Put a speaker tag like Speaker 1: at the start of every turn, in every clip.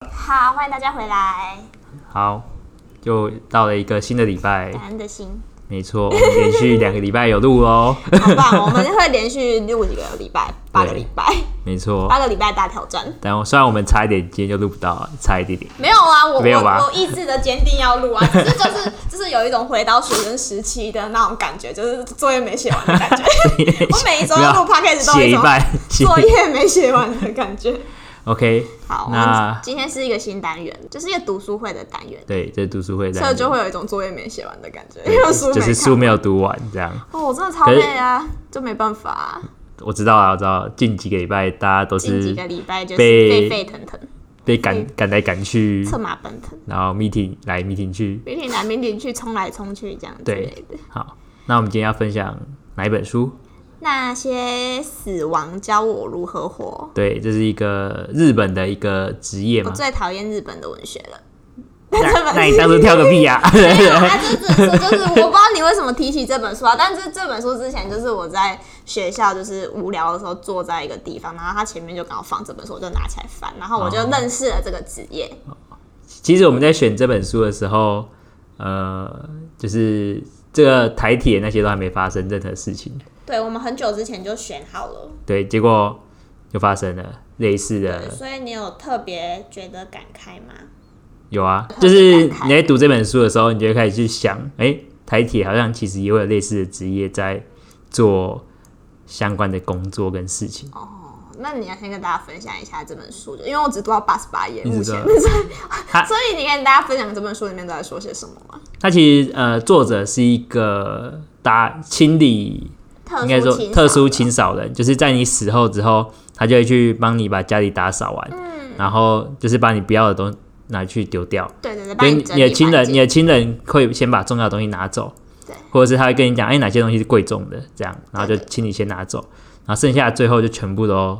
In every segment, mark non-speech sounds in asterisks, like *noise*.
Speaker 1: 欢迎大家回来，
Speaker 2: 好，又到了一个新的礼拜，
Speaker 1: 感恩的心，
Speaker 2: 没错，我们连续两个礼拜有录哦， *laughs*
Speaker 1: 好棒！我们会连续录几个礼拜，八个礼拜，
Speaker 2: 没错。
Speaker 1: 八个礼拜大挑战。
Speaker 2: 但我虽然我们差一点今天就录不到，差一点点，
Speaker 1: 没有啊，我
Speaker 2: 没有吧
Speaker 1: 我我意志的坚定要录啊，只是就是就是有一种回到学生时期的那种感觉，就是作业没写完的感
Speaker 2: *laughs*
Speaker 1: 觉。我每一周
Speaker 2: 没有
Speaker 1: 录
Speaker 2: *laughs*
Speaker 1: podcast 都有
Speaker 2: 写
Speaker 1: 一
Speaker 2: 一
Speaker 1: 种
Speaker 2: 半，写
Speaker 1: 作业没写完的感觉。
Speaker 2: OK。
Speaker 1: 好，我们
Speaker 2: 那
Speaker 1: 今天是一个新单元，就是一个读书会的单元，
Speaker 2: 对，这读书会这
Speaker 1: 所以
Speaker 2: 样，
Speaker 1: 就会有一种作业没写完的感觉，因
Speaker 2: 对
Speaker 1: 为书没
Speaker 2: 就是
Speaker 1: 看。
Speaker 2: 书没有读完这样。
Speaker 1: 哦，我真的超
Speaker 2: 可是
Speaker 1: 累啊，就没办法、啊。
Speaker 2: 我知道啊，我知道，近几个礼拜大家都
Speaker 1: 近几
Speaker 2: 是
Speaker 1: 个礼嗯拜就是沸
Speaker 2: 被
Speaker 1: 沸腾腾，
Speaker 2: 被赶赶来赶去，
Speaker 1: 策马奔腾，
Speaker 2: 然后 meeting 来 meeting 去。
Speaker 1: 明天来明天去，冲来冲去这样之
Speaker 2: 对
Speaker 1: 类的。
Speaker 2: 好，那我们今天要分享哪一本书？
Speaker 1: 那些死亡教我如何活。
Speaker 2: 对，这是一个日本的一个职业
Speaker 1: 我
Speaker 2: 嘛。
Speaker 1: 最讨厌日本的文学了。
Speaker 2: *laughs* 那那你当初跳个屁呀、
Speaker 1: *laughs*
Speaker 2: *laughs*
Speaker 1: 啊，这这这就是我不知道你为什么提起这本书啊，但是这本书之前就是我在学校就是无聊的时候坐在一个地方，然后他前面就刚好放这本书，我就拿起来翻，然后我就
Speaker 2: 哦
Speaker 1: 认识了这个职业。
Speaker 2: 其实我们在选这本书的时候，呃，就是这个台铁那些都还没发生任何事情，
Speaker 1: 对我们很久之前就选好了，
Speaker 2: 对，结果就发生了类似
Speaker 1: 对
Speaker 2: 的，
Speaker 1: 所以你有特别觉得感慨吗？
Speaker 2: 有啊，
Speaker 1: 特
Speaker 2: *laughs*
Speaker 1: 别
Speaker 2: 就是
Speaker 1: 感慨
Speaker 2: 你在读这本书的时候，你就会开始去想，哎、台铁好像其实也会有类似的职业在做相关的工作跟事情。
Speaker 1: 那你要先跟大家分享一下这本书，就因为我只读到八十八页，
Speaker 2: 你只
Speaker 1: 目前，
Speaker 2: 读
Speaker 1: 所
Speaker 2: 它
Speaker 1: 以所以你跟大家分享这本书里面都在说些什么吗？
Speaker 2: 它其实呃，作者是一个打清理
Speaker 1: 特
Speaker 2: 应该说
Speaker 1: 情
Speaker 2: 特殊
Speaker 1: 情
Speaker 2: 清扫人，就是在你死后之后，他就会去帮你把家里打扫完，然后就是把你不要的东西拿去丢掉，
Speaker 1: 对对对，
Speaker 2: 所
Speaker 1: 帮
Speaker 2: 以
Speaker 1: 你
Speaker 2: 你
Speaker 1: 整
Speaker 2: 你
Speaker 1: 理
Speaker 2: 的亲
Speaker 1: 环
Speaker 2: 人，
Speaker 1: 境
Speaker 2: 你的亲人会先把重要的东西拿走，
Speaker 1: 对，
Speaker 2: 或者是他会跟你讲，哎、哪些东西是贵重的，这样，然后就
Speaker 1: 对对
Speaker 2: 请你先拿走，然后剩下的最后就全部都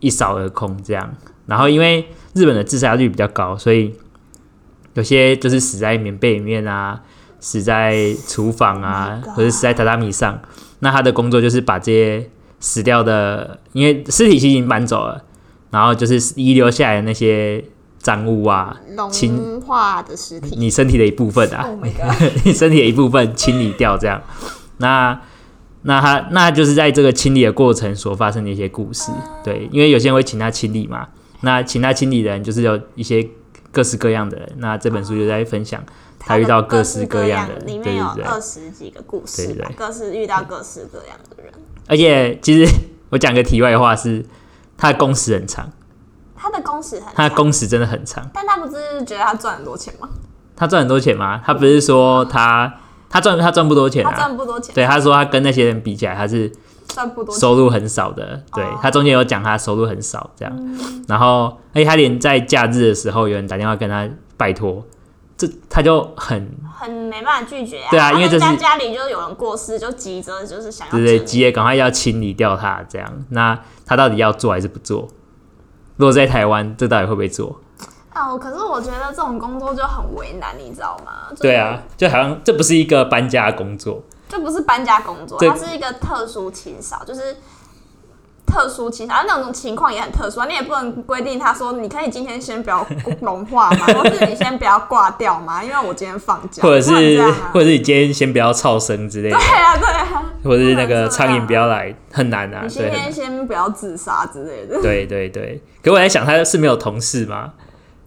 Speaker 2: 一扫而空这样。然后因为日本的自杀率比较高，所以有些就是死在棉被里面啊，死在厨房啊
Speaker 1: Oh my，God
Speaker 2: 或者死在榻榻米上。那他的工作就是把这些死掉的，因为尸体其实已经搬走了，然后就是遗留下来的那些脏物啊，清
Speaker 1: 融化的尸体。
Speaker 2: 你身体的一部分啊
Speaker 1: Oh，my god！
Speaker 2: 你身体的一部分清理掉这样。那那他那就是在这个清理的过程所发生的一些故事，对，因为有些人会请他清理嘛，那请他清理的人就是有一些各式各样的人。那这本书就在分享他遇到各式各样的人，
Speaker 1: 里
Speaker 2: 对
Speaker 1: 面有
Speaker 2: 对对。
Speaker 1: 二十几个故事
Speaker 2: 对对
Speaker 1: 吧
Speaker 2: 对，
Speaker 1: 各式遇到各式各样的人。
Speaker 2: 而且其实我讲个题外话是，他的工时很长，
Speaker 1: 他的工时很
Speaker 2: 他的
Speaker 1: 长，
Speaker 2: 工时真的很长。
Speaker 1: 但他不是觉得他赚很多钱吗？
Speaker 2: 他赚很多钱吗？他不是说他他赚他赚不多钱
Speaker 1: 他
Speaker 2: 啊？
Speaker 1: 赚不多钱，
Speaker 2: 对，他说他跟那些人比起来，他是
Speaker 1: 赚不多钱。
Speaker 2: 收入很少的，对
Speaker 1: 哦嗯
Speaker 2: 他中间有讲他收入很少这样，然后而且他连在假日的时候有人打电话跟他拜托，这他就很
Speaker 1: 很没办法拒绝啊！
Speaker 2: 对啊因为
Speaker 1: 人
Speaker 2: 这
Speaker 1: 家
Speaker 2: 是
Speaker 1: 家里就有人过世，就急着就是想要
Speaker 2: 对
Speaker 1: 整
Speaker 2: 对
Speaker 1: 理
Speaker 2: 急也赶快要清理掉他这样，那他到底要做还是不做？如果在台湾，这到底会不会做？
Speaker 1: 哦，可是我觉得这种工作就很为难，你知道吗？就是
Speaker 2: 对啊，，就好像这不是一个搬家的工作，
Speaker 1: 这不是搬家工作，
Speaker 2: 这
Speaker 1: 它是一个特殊清扫，就是特殊清扫，啊那种情况也很特殊啊。你也不能规定他说，你可以今天先不要融化
Speaker 2: *laughs*
Speaker 1: 嘛，或是你先不要挂掉嘛，因为我今天放假，
Speaker 2: 或者
Speaker 1: 不能这
Speaker 2: 是、
Speaker 1: 样啊
Speaker 2: 或者是你今天先不要噪声之
Speaker 1: *laughs*
Speaker 2: 类的，
Speaker 1: 对啊对啊，
Speaker 2: 或者是那
Speaker 1: 不能
Speaker 2: 个
Speaker 1: 这样
Speaker 2: 苍蝇不要来，很难啊，
Speaker 1: 你
Speaker 2: 对
Speaker 1: 今
Speaker 2: 很难
Speaker 1: 天先不要自杀之类的，
Speaker 2: 对对对。可我在想，他是没有同事吗？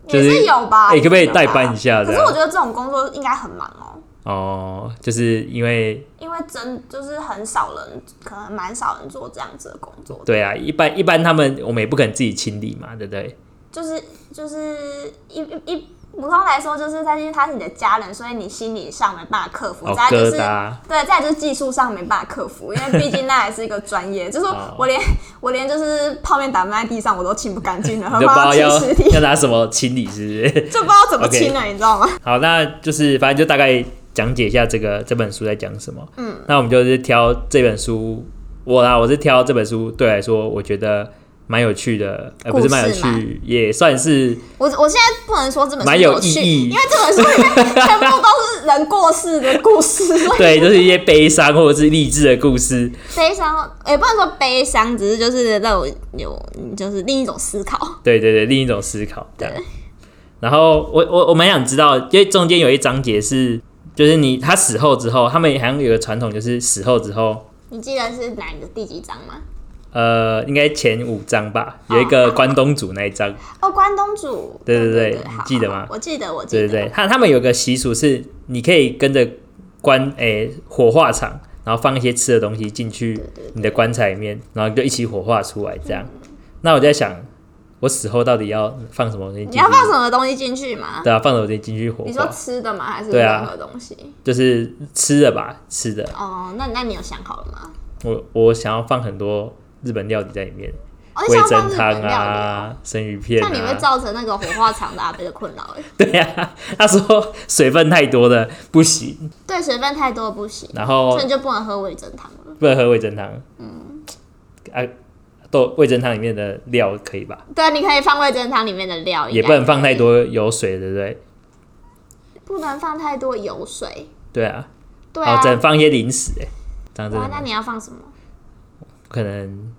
Speaker 2: 就
Speaker 1: 也
Speaker 2: 是
Speaker 1: 是有吧？
Speaker 2: 哎
Speaker 1: 也是
Speaker 2: 可不可以
Speaker 1: 有吧
Speaker 2: 代班一下
Speaker 1: 可
Speaker 2: 这
Speaker 1: 是
Speaker 2: 样
Speaker 1: 我觉得这种工作应该很忙哦。
Speaker 2: 哦，就是因为
Speaker 1: 因为真就是很少人，可能蛮少人做这样子的工作，
Speaker 2: 对啊，一般一般他们我们也不可能自己清理嘛，对不对？
Speaker 1: 就是就是一一一普通来说，就是他因为他是你的家人，所以你心理上没办法克服，
Speaker 2: 哦，
Speaker 1: 再来就
Speaker 2: 疙
Speaker 1: 是
Speaker 2: 瘩，
Speaker 1: 对，再来就是技术上没办法克服，因为毕竟那还是一个专业，就是
Speaker 2: 哦
Speaker 1: 我连我连就是泡面打翻在地上我都清不干净了，
Speaker 2: 你
Speaker 1: 何
Speaker 2: 就不知
Speaker 1: 况
Speaker 2: 道
Speaker 1: 清
Speaker 2: 要
Speaker 1: 尸体，
Speaker 2: *laughs* 要拿什么清理，是不是？
Speaker 1: 就不知道怎么
Speaker 2: OK
Speaker 1: 清了，你知道吗？
Speaker 2: 好，那就是反正就大概讲解一下这个这本书在讲什么。嗯，那我们就是挑这本书，我啦，我是挑这本书对我来说，我觉得。蛮有趣的，呃，不
Speaker 1: 故
Speaker 2: 是
Speaker 1: 事
Speaker 2: 蛮有趣，也算是
Speaker 1: 我我现在不能说这本书
Speaker 2: 蛮有
Speaker 1: 趣，
Speaker 2: 意义
Speaker 1: 因为这本书里面全部都是人过世的故事，所以
Speaker 2: 对，就是一些悲伤或者是励志的故事。
Speaker 1: 悲伤也不能说悲伤，只是就是让我有就是另一种思考。
Speaker 2: 对对对，另一种思考。这样。然后我我我蛮想知道，因为中间有一章节是，就是你他死后之后，他们好像有个传统，就是死后之后，
Speaker 1: 你记得是哪一个第几章吗？
Speaker 2: 呃，应该前五章吧，有一个关东煮那一
Speaker 1: *laughs*
Speaker 2: 章，
Speaker 1: 哦，关东煮，
Speaker 2: 对对
Speaker 1: 对
Speaker 2: 对
Speaker 1: 好
Speaker 2: 你
Speaker 1: 好
Speaker 2: 记得
Speaker 1: 好
Speaker 2: 吗
Speaker 1: 我记得，我记
Speaker 2: 对
Speaker 1: 得，
Speaker 2: 对对，他他们有个习俗是，你可以跟着棺诶、火化场，然后放一些吃的东西进去
Speaker 1: 对对
Speaker 2: 你的棺材里面，然后就一起火化出来这样。那我在想，我死后到底要放什么东西进
Speaker 1: 你
Speaker 2: 去？
Speaker 1: 要放什么东西进去吗？
Speaker 2: 对啊，放什么东西进去火
Speaker 1: 你说
Speaker 2: 化？
Speaker 1: 吃的吗？还是
Speaker 2: 对啊
Speaker 1: 任何东西？
Speaker 2: 就是吃的吧，吃的。
Speaker 1: 哦，那那你有想好了吗？
Speaker 2: 我我想要放很多日本料理在里面，
Speaker 1: 哦，你
Speaker 2: 味
Speaker 1: 想要放
Speaker 2: 噌
Speaker 1: 日
Speaker 2: 汤
Speaker 1: 本料理哦，
Speaker 2: 啊，生鱼片
Speaker 1: 那你会
Speaker 2: 啊。
Speaker 1: 造成那个火化场大悲的困扰哎。
Speaker 2: 对呀、他说水分太多的不行，
Speaker 1: 对，水分太多不行，
Speaker 2: 然后
Speaker 1: 所以你就不能喝味噌汤了。
Speaker 2: 不能喝味噌汤。嗯，啊，豆味噌汤里面的料可以吧？
Speaker 1: 对，啊你可以放味噌汤里面的料，
Speaker 2: 也不能放太，多油水，对不对？
Speaker 1: 不能放太多油水。
Speaker 2: 对啊，
Speaker 1: 对
Speaker 2: 然
Speaker 1: 啊
Speaker 2: 后，只能放一些零食、欸，这样真
Speaker 1: 哇，
Speaker 2: 的
Speaker 1: 那你要放什么？
Speaker 2: 可能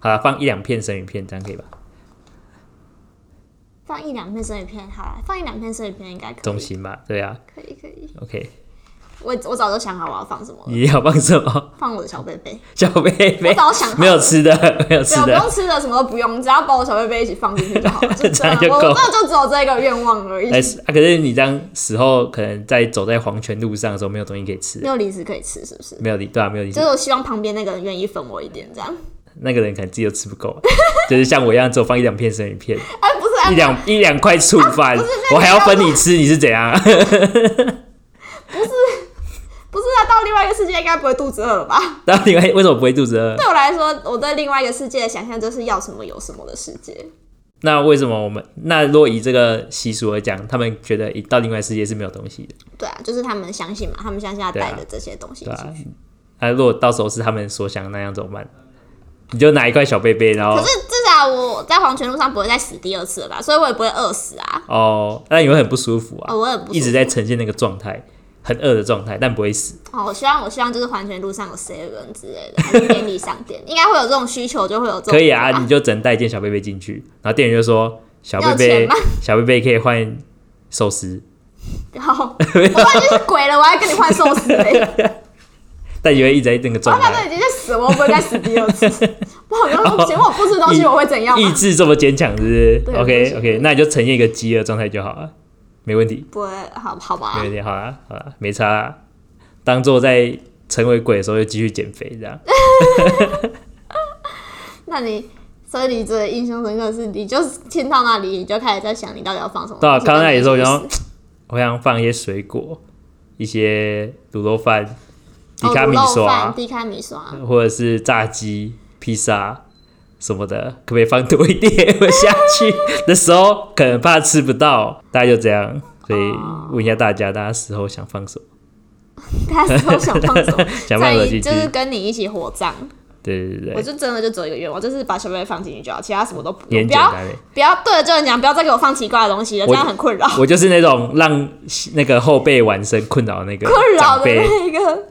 Speaker 2: 好了，放一两片生鱼片，这样可以吧？
Speaker 1: 放一两片生鱼片，好了，放一两片生鱼片应该可
Speaker 2: 中
Speaker 1: 以，
Speaker 2: 心吧，对啊
Speaker 1: 可以可以。
Speaker 2: ，OK，
Speaker 1: 我我早就想好我要放什么了，
Speaker 2: 你要放什么？ *laughs*
Speaker 1: 放我的小贝贝，
Speaker 2: 小贝
Speaker 1: 我
Speaker 2: 贝
Speaker 1: 早想好了
Speaker 2: *laughs* 没有吃的，没
Speaker 1: 对，啊
Speaker 2: 有吃
Speaker 1: 我不
Speaker 2: 的，
Speaker 1: 用吃的，什么都不用，只要把我小贝贝一起放进去就好
Speaker 2: *laughs*
Speaker 1: 了。就
Speaker 2: 这
Speaker 1: 这
Speaker 2: 样
Speaker 1: 样，
Speaker 2: 就
Speaker 1: 我
Speaker 2: 够
Speaker 1: 我真的就只有这一个愿望而已，
Speaker 2: 哎、是啊，可是你这样死后，可能在走在黄泉路上的时候，没有东西可以吃
Speaker 1: 没，有零食可以吃，是不是？
Speaker 2: 没有理，对啊，没有理
Speaker 1: 就是我希望旁边那个人愿意分我一点，这样。
Speaker 2: 那个人可能自己都吃不够， *laughs* 就是像我一样，只有放一两片生鱼
Speaker 1: *laughs*
Speaker 2: 片，
Speaker 1: 哎，不是，哎
Speaker 2: 一两一两块醋饭，我还要分你吃，你是怎样？
Speaker 1: 不是啊，到另外一个世界应该不会肚子饿了吧？
Speaker 2: *laughs* 然后你为为什么不会肚子饿？
Speaker 1: 对我来说，我对另外一个世界的想象就是要什么有什么的世界。
Speaker 2: 那为什么我们那如果以这个习俗而讲，他们觉得一到另外世界是没有东西的，
Speaker 1: 对啊，就是他们相信嘛，他们相信要
Speaker 2: 对啊
Speaker 1: 带着这些东西
Speaker 2: 对吧、
Speaker 1: 进去。
Speaker 2: 那、啊如果到时候是他们所想的那样怎么办？你就拿一块小贝贝，然后
Speaker 1: 可是至少我在黄泉路上不会再死第二次了吧，所以我也不会饿死啊。
Speaker 2: 哦，那你会很不舒服啊，
Speaker 1: 哦，我也不
Speaker 2: 一直
Speaker 1: 在
Speaker 2: 在呈现那个状态，很饿的状态，但不会死。
Speaker 1: 哦，我希望我希望就是黄泉路上有 seven 之类的，还是便利商店，应 *laughs* 该会有这种需求，就会有这种
Speaker 2: 可以啊，
Speaker 1: 吧
Speaker 2: 你就只能带一件小贝贝进去，然后店员就说小贝
Speaker 1: 要
Speaker 2: 贝
Speaker 1: 钱吗，
Speaker 2: *laughs* 小贝贝可以换寿司，
Speaker 1: *laughs* 然后我发现是鬼了，我还跟你换寿司
Speaker 2: *laughs*
Speaker 1: 嘞！
Speaker 2: 但你会一直在那个
Speaker 1: 我
Speaker 2: 状
Speaker 1: 反 *laughs*
Speaker 2: 态。
Speaker 1: 正已经在死了，我不会再死第二次。 *laughs* 我好像说，请问我不吃东西
Speaker 2: 哦
Speaker 1: 我会怎样
Speaker 2: 意
Speaker 1: 吗？
Speaker 2: 志这么坚强，是不是
Speaker 1: 对啊不
Speaker 2: ？OK
Speaker 1: 行
Speaker 2: OK，那你就呈现一个饥饿状态就好了，没问题，
Speaker 1: 不会，好好吧
Speaker 2: 没。
Speaker 1: *laughs*
Speaker 2: 问题，好啦好啦，没差啦，当做在成为鬼的时候就继续减肥
Speaker 1: *laughs*
Speaker 2: 这样。
Speaker 1: 那你，所以你最印象深刻的是，你就是听到那里，你就开始在想，你到底要放什么？
Speaker 2: 对啊，
Speaker 1: 东西
Speaker 2: 刚才也说，
Speaker 1: 在
Speaker 2: 然
Speaker 1: 那
Speaker 2: 后
Speaker 1: 里
Speaker 2: 我想放一些水果，一些卤肉饭、迪
Speaker 1: 哦
Speaker 2: 卡
Speaker 1: 卤
Speaker 2: 米啊
Speaker 1: 肉
Speaker 2: 刷
Speaker 1: 饭、，低卡米刷，
Speaker 2: 或者是炸鸡、披萨什么的，可不可以放多一点？ *laughs* 我下去的时候可能怕吃不到，大概就这样。所以
Speaker 1: 哦
Speaker 2: 问一下大家，大家死后想放什么？
Speaker 1: *laughs* 大家都想放什么？
Speaker 2: *laughs* 想放
Speaker 1: 在
Speaker 2: 什么
Speaker 1: 于
Speaker 2: 进
Speaker 1: 就？
Speaker 2: 去
Speaker 1: 是跟你一起火葬，
Speaker 2: 对对对
Speaker 1: 我
Speaker 2: 对，
Speaker 1: 就真的就只有一个愿望，就是把小贝贝放进去就好，其他什么都不
Speaker 2: 也
Speaker 1: 用。
Speaker 2: 很
Speaker 1: 不
Speaker 2: 简
Speaker 1: 要
Speaker 2: 单欸嘞。
Speaker 1: 不要对着众人讲，不要再给我放奇怪的东西了，
Speaker 2: 我
Speaker 1: 这样很困扰，
Speaker 2: 我就是那种让那个后辈晚生困扰的那
Speaker 1: *laughs*
Speaker 2: 个
Speaker 1: 困扰
Speaker 2: 长
Speaker 1: 的
Speaker 2: 辈，
Speaker 1: 那个。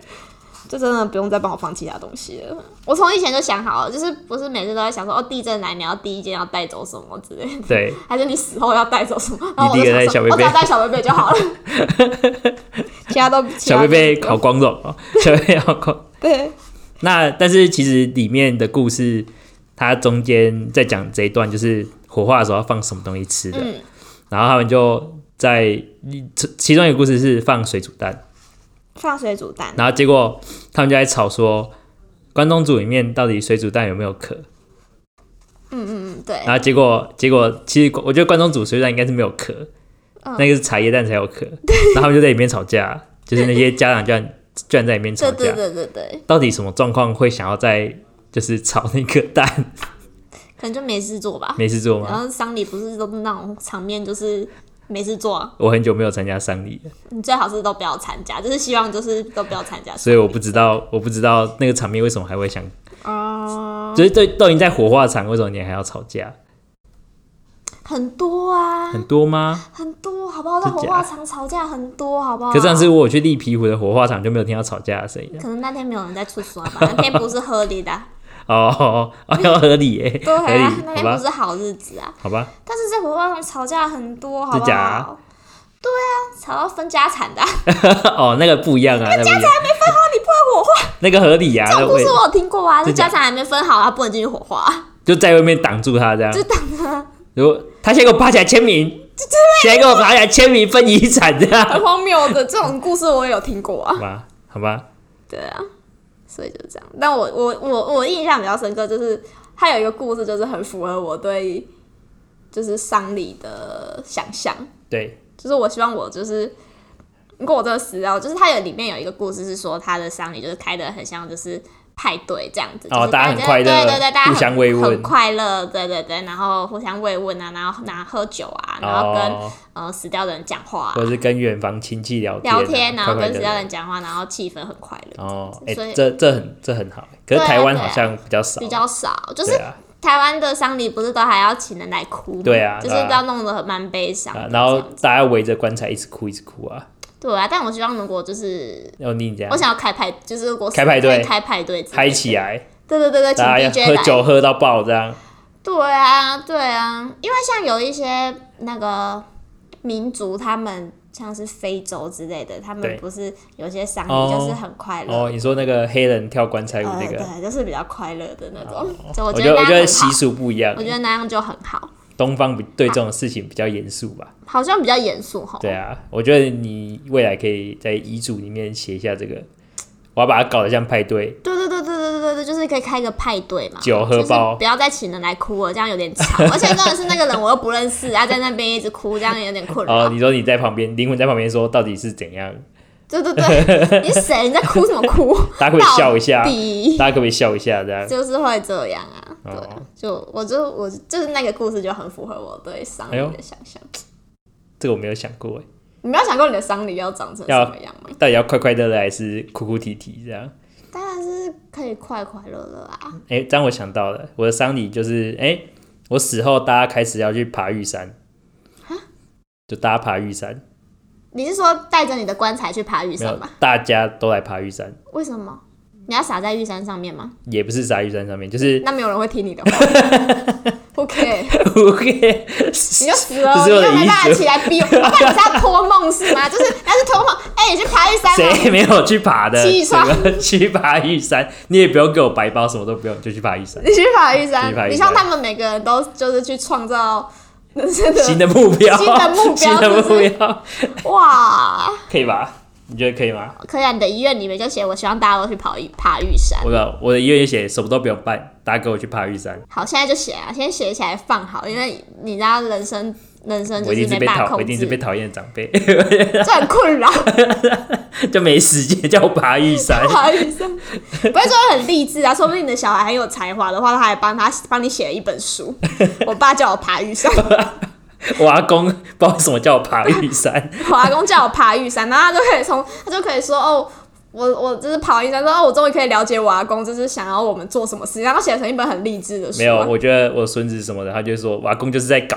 Speaker 1: 就真的不用再帮我放其他东西了。我从以前就想好了，就是不是每次都在想说哦，地震来你要第一件要带走什么之类的，
Speaker 2: 对，
Speaker 1: 还是你死后要带走什么？然后我就
Speaker 2: 你第一个带
Speaker 1: 想
Speaker 2: 小
Speaker 1: 说，
Speaker 2: 贝
Speaker 1: 我
Speaker 2: 贝
Speaker 1: 只要带小贝贝就好了，其他都其他
Speaker 2: *laughs*
Speaker 1: 都
Speaker 2: 小贝
Speaker 1: 不
Speaker 2: 贝
Speaker 1: 用
Speaker 2: 好光荣哦，小贝贝好光。
Speaker 1: 对，
Speaker 2: 那但是其实里面的故事，它中间在讲这一段，就是火化的时候要放什么东西吃的，
Speaker 1: 嗯
Speaker 2: 然后他们就在其其中一个故事是放水煮蛋，
Speaker 1: 放水煮蛋，
Speaker 2: 然后结果他们就在吵说关东煮里面到底水煮蛋有没有壳，
Speaker 1: 嗯嗯对，
Speaker 2: 然后结果结果其实我觉得关东煮水煮蛋应该是没有壳，
Speaker 1: 嗯
Speaker 2: 那个是茶叶蛋才有壳，然后他们就在里面吵架，就是那些家长居然居然在里面吵
Speaker 1: 对对
Speaker 2: 架，
Speaker 1: 对对对，
Speaker 2: 到底什么状况会想要在就是炒那个蛋，
Speaker 1: 可能就没事做吧。
Speaker 2: 没事做吗
Speaker 1: 然？后丧礼不是都是那种场面，就是没事做啊，
Speaker 2: 我很久没有参加丧礼了，
Speaker 1: 你最好是都不要参加，就是希望就是都不要参加。
Speaker 2: 所以我不知道，我不知道那个场面为什么还会想，
Speaker 1: 啊、
Speaker 2: 就是对都已经在火化场，为什么你还要吵架？
Speaker 1: 很多啊，
Speaker 2: 很多吗？
Speaker 1: 很多，好不好？在
Speaker 2: 真
Speaker 1: 火
Speaker 2: 假
Speaker 1: 化场吵架很多，好不好？
Speaker 2: 可是上次我去立皮湖的火化场就没有听到吵架的声音啊。 *laughs*
Speaker 1: 可能那天没有人在出说吧，那天不是合理的啊，
Speaker 2: 哦，哦，要合理耶，
Speaker 1: 对
Speaker 2: 合
Speaker 1: 啊
Speaker 2: 理，，
Speaker 1: 那
Speaker 2: 好
Speaker 1: 天不
Speaker 2: 吧，
Speaker 1: 是好日子啊。
Speaker 2: 好吧，
Speaker 1: 但是这伙伴们吵架很多，好不
Speaker 2: 真假啊
Speaker 1: 好？对啊，吵到分家产的啊、 *laughs*
Speaker 2: 哦，那个不一样啊，那不一样，那个合理啊，那
Speaker 1: 这种故
Speaker 2: 我也
Speaker 1: 事我有听过啊，就
Speaker 2: 真假
Speaker 1: 家产还没分好，他不能进去火化，
Speaker 2: 就在外面挡住他这样，
Speaker 1: 就等着
Speaker 2: 如果他先给我爬起来签名，现在给我爬起来签名分遗产
Speaker 1: *laughs*
Speaker 2: 这样，
Speaker 3: 很 *laughs* 荒谬的这种故事我也有听过啊
Speaker 2: 好。吧，好吧，
Speaker 1: 对啊，所以就这样。但我我我我印象比较深刻，就是他有一个故事，就是很符合我对就是丧礼的想象。
Speaker 2: 对，
Speaker 1: 就是我希望我就是，如果我真的死掉，就是它有里面有一个故事是说他的丧礼就是开的很像就是派对这样子，
Speaker 2: 哦
Speaker 1: 就是
Speaker 2: 大家很快乐
Speaker 1: 对对对，大家
Speaker 2: 互相慰问
Speaker 1: 很很快乐，对对对，然后互相慰问啊，然后拿喝酒啊，然后跟、
Speaker 2: 哦，
Speaker 1: 呃死掉的人讲话、啊
Speaker 2: 或。者是跟远房亲戚聊
Speaker 1: 聊
Speaker 2: 天
Speaker 1: 天，
Speaker 2: 啊，
Speaker 1: 然后
Speaker 2: 快
Speaker 1: 跟
Speaker 2: 快
Speaker 1: 死
Speaker 2: 乐
Speaker 1: 掉的
Speaker 2: 乐
Speaker 1: 人讲话，然后气氛很快乐，
Speaker 2: 哦，哎、
Speaker 1: 这样子所以
Speaker 2: 这这很这很好，可是
Speaker 1: 对啊
Speaker 2: 台湾
Speaker 1: 对啊
Speaker 2: 好像比较少，
Speaker 1: 比较少。就是
Speaker 2: 对啊，
Speaker 1: 台湾的丧礼不是都还要请人来哭吗？
Speaker 2: 对啊
Speaker 1: 就是
Speaker 2: 对啊
Speaker 1: 都要弄得很蛮悲伤的
Speaker 2: 啊
Speaker 1: 这样子、
Speaker 2: 然后大家围着棺材一直哭一直哭啊，
Speaker 1: 对啊，但我希望如果就是
Speaker 2: 要你这样
Speaker 1: 我想要开派，就是如果
Speaker 2: 开派对
Speaker 1: 可以开派对之类的，
Speaker 2: 嗨起来，
Speaker 1: 对对对对，请
Speaker 2: 大家要
Speaker 1: DJ
Speaker 2: 喝
Speaker 1: 来。
Speaker 2: 酒喝到爆这样，
Speaker 1: 对啊，对啊，因为像有一些那个民族，他们像是非洲之类的，他
Speaker 2: 对
Speaker 1: 们不是有些丧
Speaker 2: 哦
Speaker 1: 礼就是很快乐。
Speaker 2: 哦，你说那个黑人跳棺材舞
Speaker 1: 呃，
Speaker 2: 那个，
Speaker 1: 对，就是比较快乐的那种，
Speaker 2: 哦
Speaker 1: 所以我
Speaker 2: 我
Speaker 1: 觉
Speaker 2: 觉得
Speaker 1: 那
Speaker 2: 我
Speaker 1: 样
Speaker 2: 觉
Speaker 1: 很
Speaker 2: 得习
Speaker 1: 好，
Speaker 2: 俗不一样
Speaker 1: 我，觉得那样就很好，
Speaker 2: 东方比对这种事情比较严肃吧，
Speaker 1: 好像比较严肃哈。
Speaker 2: 对啊，我觉得你未来可以在遗嘱里面写一下这个，我要把它搞得像派对，
Speaker 1: 对对对对对对对，就是可以开个派对嘛，
Speaker 2: 酒喝爆
Speaker 1: 就是不要再请人来哭了，这样有点吵。
Speaker 2: *laughs*
Speaker 1: 而且真的是那个人我又不认识，他在那边一直哭，这样有点困扰。
Speaker 2: 哦，你说你在旁边，灵魂在旁边说到底是怎样，
Speaker 1: 对对
Speaker 2: *laughs*
Speaker 1: 对，你是谁？你在哭什么哭？
Speaker 2: 大家可不可以笑一下
Speaker 1: 到，底
Speaker 2: 大家可不可以笑一下这样？
Speaker 1: 就是会这样啊。对，
Speaker 2: 哦
Speaker 1: 就我就我就是那个故事就很符合我对丧礼
Speaker 2: 哎呦
Speaker 1: 的想象。
Speaker 2: 这个我没有想过哎。
Speaker 1: 你没有想过你的丧礼要长成什么样吗？
Speaker 2: 到底要快快乐乐还是哭哭啼啼这样？
Speaker 1: 当然是可以快快乐乐啊。
Speaker 2: 哎、这样我想到了，我的丧礼就是，哎、我死后大家开始要去爬玉山，就大家爬玉山，
Speaker 1: 你是说带着你的棺材去爬玉
Speaker 2: 没有
Speaker 1: 山吗？，
Speaker 2: 大家都来爬玉山，
Speaker 1: 为什么？你要撒在玉山上面吗？
Speaker 2: 也不是撒玉山上面，就是
Speaker 1: *laughs* 那没有人会听你的
Speaker 2: *laughs*
Speaker 1: 话。OK，
Speaker 2: OK，
Speaker 1: 你就死了，
Speaker 2: 这
Speaker 1: 你
Speaker 2: 是我的
Speaker 1: 就没办
Speaker 2: 意
Speaker 1: 法
Speaker 2: 思
Speaker 1: 起来逼我。我看你是要托梦是吗？就是你要是托梦，哎、你去爬玉山啊
Speaker 2: 谁没有去爬的？
Speaker 1: 起床
Speaker 2: 什么去爬玉山，你也不用给我白包，什么都不用，就去
Speaker 1: *laughs*
Speaker 2: 爬玉
Speaker 1: *laughs*
Speaker 2: 山。
Speaker 1: 你去爬玉山
Speaker 2: 去爬玉山，
Speaker 1: 你像他们每个人都就是去创造 *laughs* 真的
Speaker 2: 新的目标，
Speaker 1: 啊新的目标
Speaker 2: *laughs* 新的
Speaker 1: 是不是
Speaker 2: 目标，
Speaker 1: *laughs* 哇，
Speaker 2: 可以吧？你觉得可以吗？
Speaker 1: 可以啊！你的遗愿里面就写我希望大家都去跑玉爬玉山。
Speaker 2: 我的我的医院写什么都不用办，大家跟我去爬玉山。
Speaker 1: 好，现在就写啊，先写起来放好，因为你知道人生人生就
Speaker 2: 我一定是
Speaker 1: 没
Speaker 2: 被
Speaker 1: 办法
Speaker 2: 讨，我一
Speaker 1: 控
Speaker 2: 定是被
Speaker 1: 制，
Speaker 2: 讨厌的长辈， *laughs*
Speaker 1: 这很困扰。
Speaker 2: 就没时间叫我爬
Speaker 1: *laughs*
Speaker 2: 玉山。
Speaker 1: 爬玉山，不是说很励志啊，说不定你的小孩很有才华的话，他还帮他帮你写了一本
Speaker 2: *laughs*
Speaker 1: 书。我爸叫我爬玉山，
Speaker 2: 我阿公不知道为什么叫我爬
Speaker 1: *laughs*
Speaker 2: 玉山，
Speaker 1: 我阿公叫我爬玉山，然后他就可以从他就可以说哦。我我就是爬完玉山说哦，我终于可以了解我阿公，就是想要我们做什么事，然后写成一本很励志的书啊。
Speaker 2: 没有，我觉得我孙子什么的，他就说我阿公就是在搞，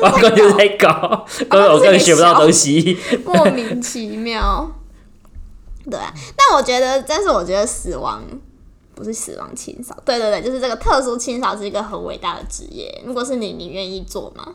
Speaker 2: 我阿公就是在
Speaker 1: *laughs*
Speaker 2: 搞，我
Speaker 1: 哦阿公就是在搞
Speaker 2: 我根本学不到东西。
Speaker 1: 莫名其妙。对啊，但我觉得，但是我觉得死亡不是死亡清扫，对对对，就是这个特殊清扫是一个很伟大的职业。如果是你，你愿意做吗？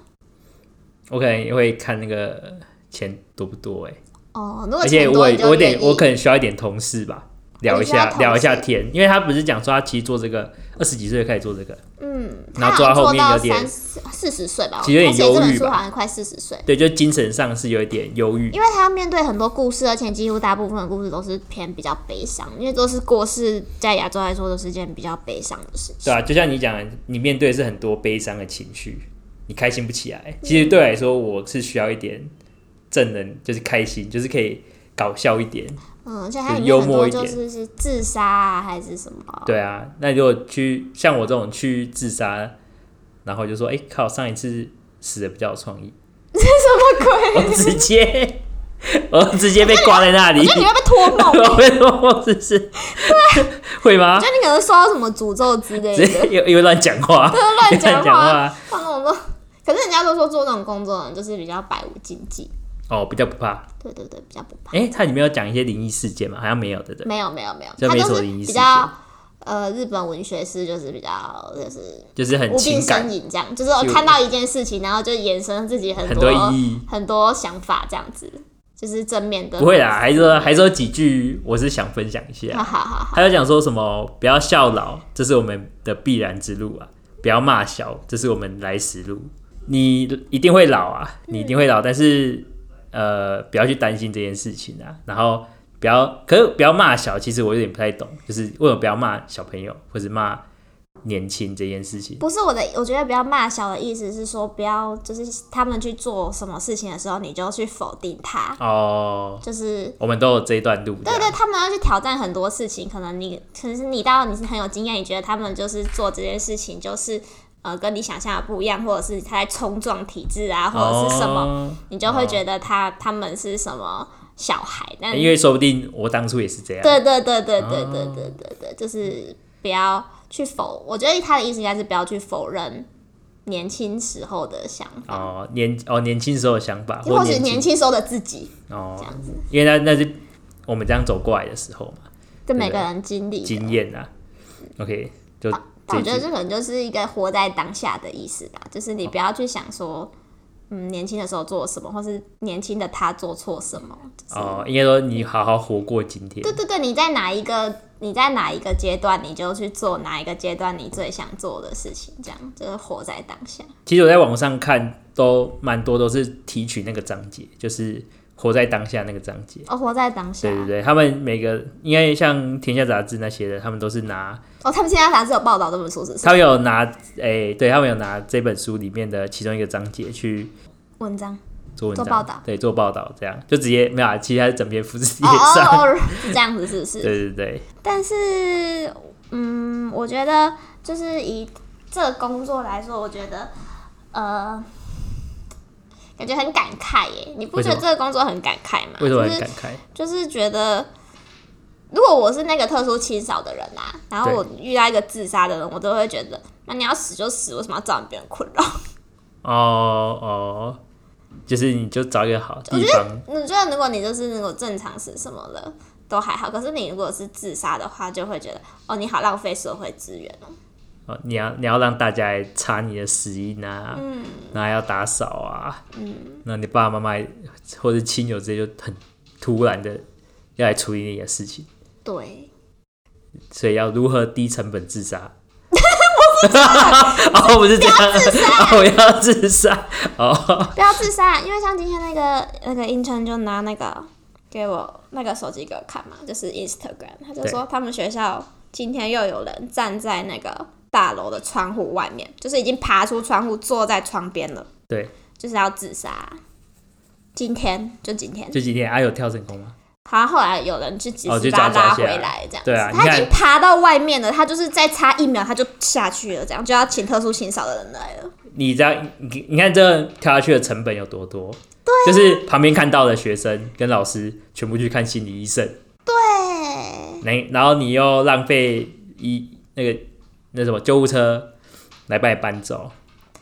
Speaker 2: 我可能会看那个钱多不多哎、欸，
Speaker 1: 哦，如果
Speaker 2: 而且
Speaker 1: 钱
Speaker 2: 我
Speaker 1: 多
Speaker 2: 也
Speaker 1: 你就
Speaker 2: 我有点
Speaker 1: 愿意哦
Speaker 2: 我可能需要一点同事吧，聊一
Speaker 1: 你需要
Speaker 2: 下
Speaker 1: 同事
Speaker 2: 聊一下天，因为他不是讲说他其实做这个二十几岁就开始做这个，
Speaker 1: 嗯，
Speaker 2: 然后
Speaker 1: 他
Speaker 2: 做到
Speaker 1: 好像
Speaker 2: 后面有
Speaker 1: 到
Speaker 2: 点
Speaker 1: 三四十岁吧，
Speaker 2: 其实有点
Speaker 1: 他写这
Speaker 2: 忧
Speaker 1: 本
Speaker 2: 郁
Speaker 1: 书
Speaker 2: 吧
Speaker 1: 好像快四十岁，
Speaker 2: 对，就精神上是有一点忧郁
Speaker 1: 因为他要面对很多故事，而且几乎大部分的故事都是偏比较悲伤，因为都是过世，在亚洲来说都是件比较悲伤的事情。
Speaker 2: 对啊，就像你讲的，你面对的是很多悲伤的情绪，你开心不起来。其实对我来说，我是需要一点正能，就是开心，就是可以搞笑一点。
Speaker 1: 嗯，而且它里面
Speaker 2: 就幽
Speaker 1: 很
Speaker 2: 默
Speaker 1: 多
Speaker 2: 一
Speaker 1: 就
Speaker 2: 点
Speaker 1: 是是自杀啊，还是什么
Speaker 2: *laughs*
Speaker 1: 啊、
Speaker 2: 对啊，那如果去像我这种去自杀，然后就说，哎、靠，上一次死的比较有创意，
Speaker 1: 什么鬼？
Speaker 2: 我直接 *laughs* 我直接被挂在那里
Speaker 1: 我觉，得你会欸被托梦，我
Speaker 2: *laughs* 我被我只是
Speaker 1: 啊
Speaker 2: *laughs* 会
Speaker 1: *laughs*
Speaker 2: 吗
Speaker 1: 觉？得你可能受到什么诅咒之类
Speaker 2: 直
Speaker 1: 的，
Speaker 2: *laughs* 接又又乱讲话，
Speaker 1: 乱讲
Speaker 2: 乱讲
Speaker 1: 话，
Speaker 2: 话，
Speaker 1: 放那种乱。可是人家都说做这种工作的人就是比较百无禁忌，
Speaker 2: 哦，比较不怕。
Speaker 1: 对对对，比较不怕。
Speaker 2: 哎、它里面有讲一些灵异事件吗？好像没有，对不对？
Speaker 1: 没有没有没有，
Speaker 2: 这
Speaker 1: 他
Speaker 2: 没什
Speaker 1: 就
Speaker 2: 么
Speaker 1: 是
Speaker 2: 灵异
Speaker 1: 比
Speaker 2: 事
Speaker 1: 较呃，日本文学诗就是比较就是
Speaker 2: 就是很
Speaker 1: 无病
Speaker 2: 情
Speaker 1: 呻
Speaker 2: 感，
Speaker 1: 吟这样，就是我
Speaker 2: 就
Speaker 1: 看到一件事情，然后就衍生自己很
Speaker 2: 很
Speaker 1: 多
Speaker 2: 多意义。
Speaker 1: 很多想法这样子，就是正面的。
Speaker 2: 不会啦，还是有还是有几句我是想分享一
Speaker 1: *laughs* 哈哈
Speaker 2: 下。
Speaker 1: 哈哈，
Speaker 2: 还有讲说什么不要效老，这是我们的必然之路啊；不要骂小，这是我们来时路。你一定会老啊，你一定会
Speaker 1: 嗯
Speaker 2: 老，但是呃，不要去担心这件事情啊。然后不要，可是不要骂小，其实我有点不太懂，就是为什么不要骂小朋友，或是骂年轻这件事情。
Speaker 1: 不是我的，我觉得不要骂小的意思是说，不要就是他们去做什么事情的时候，你就去否定他，
Speaker 2: 哦，
Speaker 1: 就是。
Speaker 2: 我们都有这一段路，啊
Speaker 1: 对
Speaker 2: 这
Speaker 1: 对，
Speaker 2: 样
Speaker 1: 他们要去挑战很多事情，可能你，可能是你到你是很有经验，你觉得他们就是做这件事情就是呃跟你想象的不一样，或者是他在冲撞体制啊，或者是什么，
Speaker 2: 哦
Speaker 1: 你就会觉得他他们是什么小孩，但
Speaker 2: 因为说不定我当初也是这样。
Speaker 1: 对对对对对对对对
Speaker 2: 哦
Speaker 1: 对，就是不要去否。我觉得他的意思应该是不要去否认年轻时候的想法，
Speaker 2: 哦，年哦年轻时候的想法，
Speaker 1: 或许
Speaker 2: 年
Speaker 1: 年轻时候的自己
Speaker 2: 哦
Speaker 1: 这，样子。
Speaker 2: 因为那那是我们这样走过来的时候嘛，
Speaker 1: 这每个人经历的，
Speaker 2: 经验啊。OK，就
Speaker 1: 但
Speaker 2: 这
Speaker 1: 啊我
Speaker 2: 一
Speaker 1: 觉得
Speaker 2: 句
Speaker 1: 这可能就是一个活在当下的意思吧，就是你不要去想说，嗯，年轻的时候做什么，或是年轻的他做错什么，就是
Speaker 2: 哦，应该说你好好活过今天
Speaker 1: 对对对，你在哪一个你在哪一个阶段，你就去做哪一个阶段你最想做的事情，这样就是活在当下。
Speaker 2: 其实我在网上看都蛮多都是提取那个章节，就是活在当下那个章节。
Speaker 1: 哦，活在当下。
Speaker 2: 对对对，他们每个因为像《天下杂志》那些的，他们都是拿
Speaker 1: 哦，他们现在杂志有报道这本书是不是
Speaker 2: 他们有拿诶、对他们有拿这本书里面的其中一个章节去
Speaker 1: 文章。
Speaker 2: 做文章，
Speaker 1: 做报道
Speaker 2: 对，做报道这样就直接没有、啊，其实它是整篇复制
Speaker 1: 哦
Speaker 2: 贴上， *laughs*
Speaker 1: 哦哦，是这样子是不是？
Speaker 2: 对对对，
Speaker 1: 但是，嗯，我觉得就是以这个工作来说，我觉得，呃。感觉很感慨耶，你不觉得
Speaker 2: 为什么
Speaker 1: 这个工作很感慨吗？
Speaker 2: 为什么
Speaker 1: 就
Speaker 2: 很
Speaker 1: 是
Speaker 2: 感慨？
Speaker 1: 就是觉得，如果我是那个特殊清扫的人啊，然后
Speaker 2: 对
Speaker 1: 我遇到一个自杀的人，我都会觉得，那你要死就死，为什么要造成别人困扰？ *laughs*
Speaker 2: 哦哦，就是你就找一个好地方，
Speaker 1: 我觉得如果你就是那种正常死什么的都还好，可是你如果是自杀的话，就会觉得哦，你好浪费社会资源哦。
Speaker 2: 哦，你要你要让大家来擦你的死因啊，嗯，然后还要打扫啊，嗯，那你爸爸妈妈或者亲友之间就很突然的要来处理你的事情，
Speaker 1: 对，
Speaker 2: 所以要如何低成本
Speaker 1: *laughs*
Speaker 2: 自杀？ *laughs* 哦，不是这样， *laughs* 哦，我要自杀，哦，
Speaker 1: 不要自杀，因为像今天那个那个 intern 就拿那个给我那个手机给我看嘛，就是 Instagram，他就说他们学校今天又有人站在那个大楼的窗户外面，就是已经爬出窗户坐在窗边了，
Speaker 2: 对，
Speaker 1: 就是要自杀。今天就今天，
Speaker 2: 这几天啊有跳成功吗？
Speaker 1: 好像后来有人去及
Speaker 2: 哦
Speaker 1: 时
Speaker 2: 就
Speaker 1: 把他
Speaker 2: 找找
Speaker 1: 拉
Speaker 2: 下来
Speaker 1: 回来，这样子。
Speaker 2: 对啊你
Speaker 1: 他已
Speaker 2: 看
Speaker 1: 经爬到外面了，他就是再差一秒他就下去了，这样就要请特殊清扫的人来了。
Speaker 2: 你这样，你你看这跳下去的成本有多多？
Speaker 1: 啊
Speaker 2: 对、就是旁边看到的学生跟老师全部去看心理医生，
Speaker 1: 对，
Speaker 2: 那然后你又浪费医那个那什么救护车来把你搬走，
Speaker 1: 嗯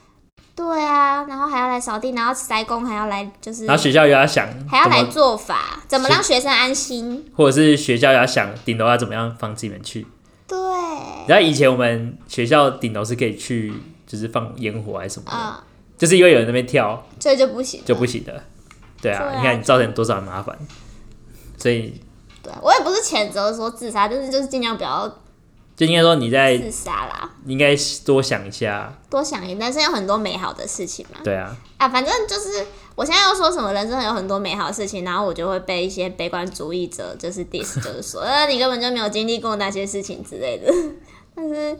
Speaker 1: 对啊，然后还要来扫地，然后塞工还要来，就是
Speaker 2: 然后学校又要想
Speaker 1: 还要
Speaker 2: 怎
Speaker 1: 来
Speaker 2: 么，
Speaker 1: 做法，怎么让学生安心？
Speaker 2: 或者是学校也要想顶楼要怎么样放资源去。
Speaker 1: 对，
Speaker 2: 然后以前我们学校顶楼是可以去，就是放烟火还是什么的，
Speaker 1: 嗯，
Speaker 2: 就是因为有人在那边跳
Speaker 1: 这就不行了，
Speaker 2: 就不行的。对啊，
Speaker 1: 对啊
Speaker 2: 你看你造成多少麻烦，所以
Speaker 1: 对我也不是谴责说自杀，就是就是尽量不要
Speaker 2: 就应该说你在
Speaker 1: 自杀啦，
Speaker 2: 应该多想一下，
Speaker 1: 多想一点，人生有很多美好的事情嘛。
Speaker 2: 对啊，
Speaker 1: 啊，反正就是我现在要说什么人生有很多美好的事情，然后我就会被一些悲观主义者就是 diss，就是说， *laughs* 呃，你根本就没有经历过那些事情之类的。但是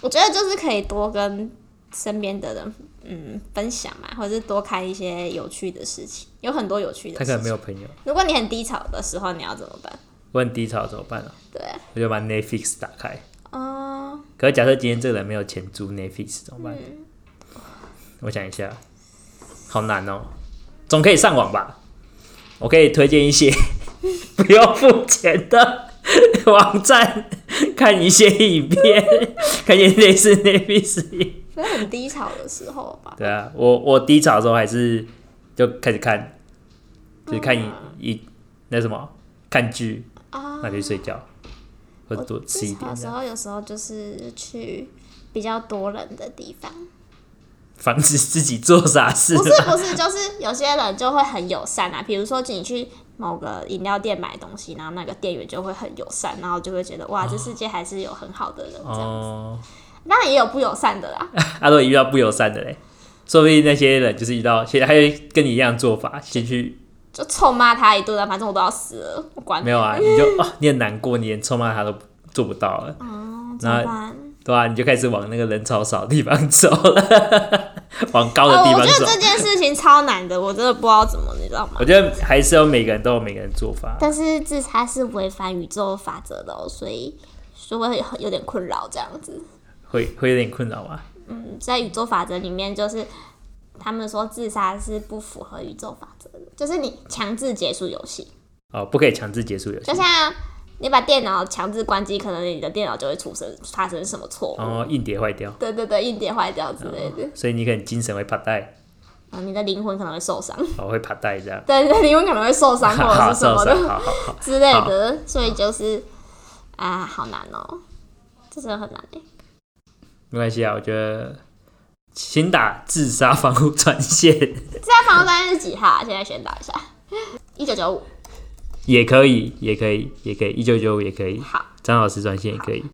Speaker 1: 我觉得就是可以多跟身边的人嗯分享嘛，或者是多看一些有趣的事情，有很多有趣的
Speaker 2: 他
Speaker 1: 事
Speaker 2: 可能
Speaker 1: 情。
Speaker 2: 没有朋友。
Speaker 1: 如果你很低潮的时候，你要怎么办？
Speaker 2: 我很低潮怎么办啊？
Speaker 1: 对啊，
Speaker 2: 我就把 Netflix 打开。
Speaker 1: 哦、
Speaker 2: 可是假设今天这个人没有钱租 Netflix 怎么办？我想一下，好难哦。总可以上网吧？我可以推荐一些不用付钱的网站，看一些影片，看一些类似 Netflix 影片。
Speaker 1: 所以很低潮的时候吧，
Speaker 2: 对啊，我我低潮的时候还是就开始看，
Speaker 1: 嗯
Speaker 2: 就是看一一那什么看剧，
Speaker 1: 啊
Speaker 2: 那就睡觉。会
Speaker 1: 我
Speaker 2: 多
Speaker 1: 至
Speaker 2: 吃一
Speaker 1: 少
Speaker 2: 点这
Speaker 1: 时
Speaker 2: 样，
Speaker 1: 候有时候就是去比较多人的地方，
Speaker 2: 防止自己做傻事
Speaker 1: 不是
Speaker 2: 啊。
Speaker 1: 不是，就是有些人就会很友善啊。比如说你去某个饮料店买东西，然后那个店员就会很友善，然后就会觉得哇，这世界还是有很好的人这样。
Speaker 2: 啊哦，
Speaker 1: 当然也有不友善的
Speaker 2: *laughs*
Speaker 1: 啦，
Speaker 2: 阿洛遇到不友善的嘞，说不定那些人就是遇到，现在还有跟你一样做法，先去
Speaker 1: 就臭骂他一顿啊，反正我都要死了，我管
Speaker 2: 没有啊，你就哦，你很难过，你连臭骂他都做不到了，
Speaker 1: 嗯怎
Speaker 2: 那
Speaker 1: 么办？
Speaker 2: 对吧、你就开始往那个人潮少的地方走了， *laughs* 往高的
Speaker 1: 哦，
Speaker 2: 地
Speaker 1: 我
Speaker 2: 方
Speaker 1: 觉得
Speaker 2: 走。
Speaker 1: 这件事情超难的，我真的不知道怎么，你知道
Speaker 2: *laughs*
Speaker 1: 吗
Speaker 2: 我？觉得还是有每个人都有每个人做法，
Speaker 1: 但是自杀是违反宇宙法则的、哦，所以就会很有点困扰这样子。
Speaker 2: 会会有点困扰啊吧。
Speaker 1: 嗯，在宇宙法则里面，就是他们说自杀是不符合宇宙法则的，就是你强制结束游戏，
Speaker 2: 哦，不可以强制结束游戏
Speaker 1: 就。像你把电脑强制关机，可能你的电脑就会出生发生什么错误。
Speaker 2: 哦，硬碟坏掉，
Speaker 1: 对对对，硬碟坏掉之类的，
Speaker 2: 所以你可能精神会怕带，
Speaker 1: 啊，你的灵魂可能会受伤，
Speaker 2: 哦，会怕带这样。
Speaker 1: 对，你的灵魂可能会受伤或者
Speaker 2: 好
Speaker 1: 是什
Speaker 2: 受
Speaker 1: 么
Speaker 2: 伤，
Speaker 1: 的
Speaker 2: *laughs* 好好好。
Speaker 1: 之类的，所以就是啊，好难哦，这真的很难哎。
Speaker 2: 没关系啊，我觉得请打自杀防护专线
Speaker 1: 自杀防护专线是几号啊？现在宣导一下，一九九五。
Speaker 2: 也可以，也可以，也可以，一九九五也可以，
Speaker 1: 好，
Speaker 2: 张老师专线也可以。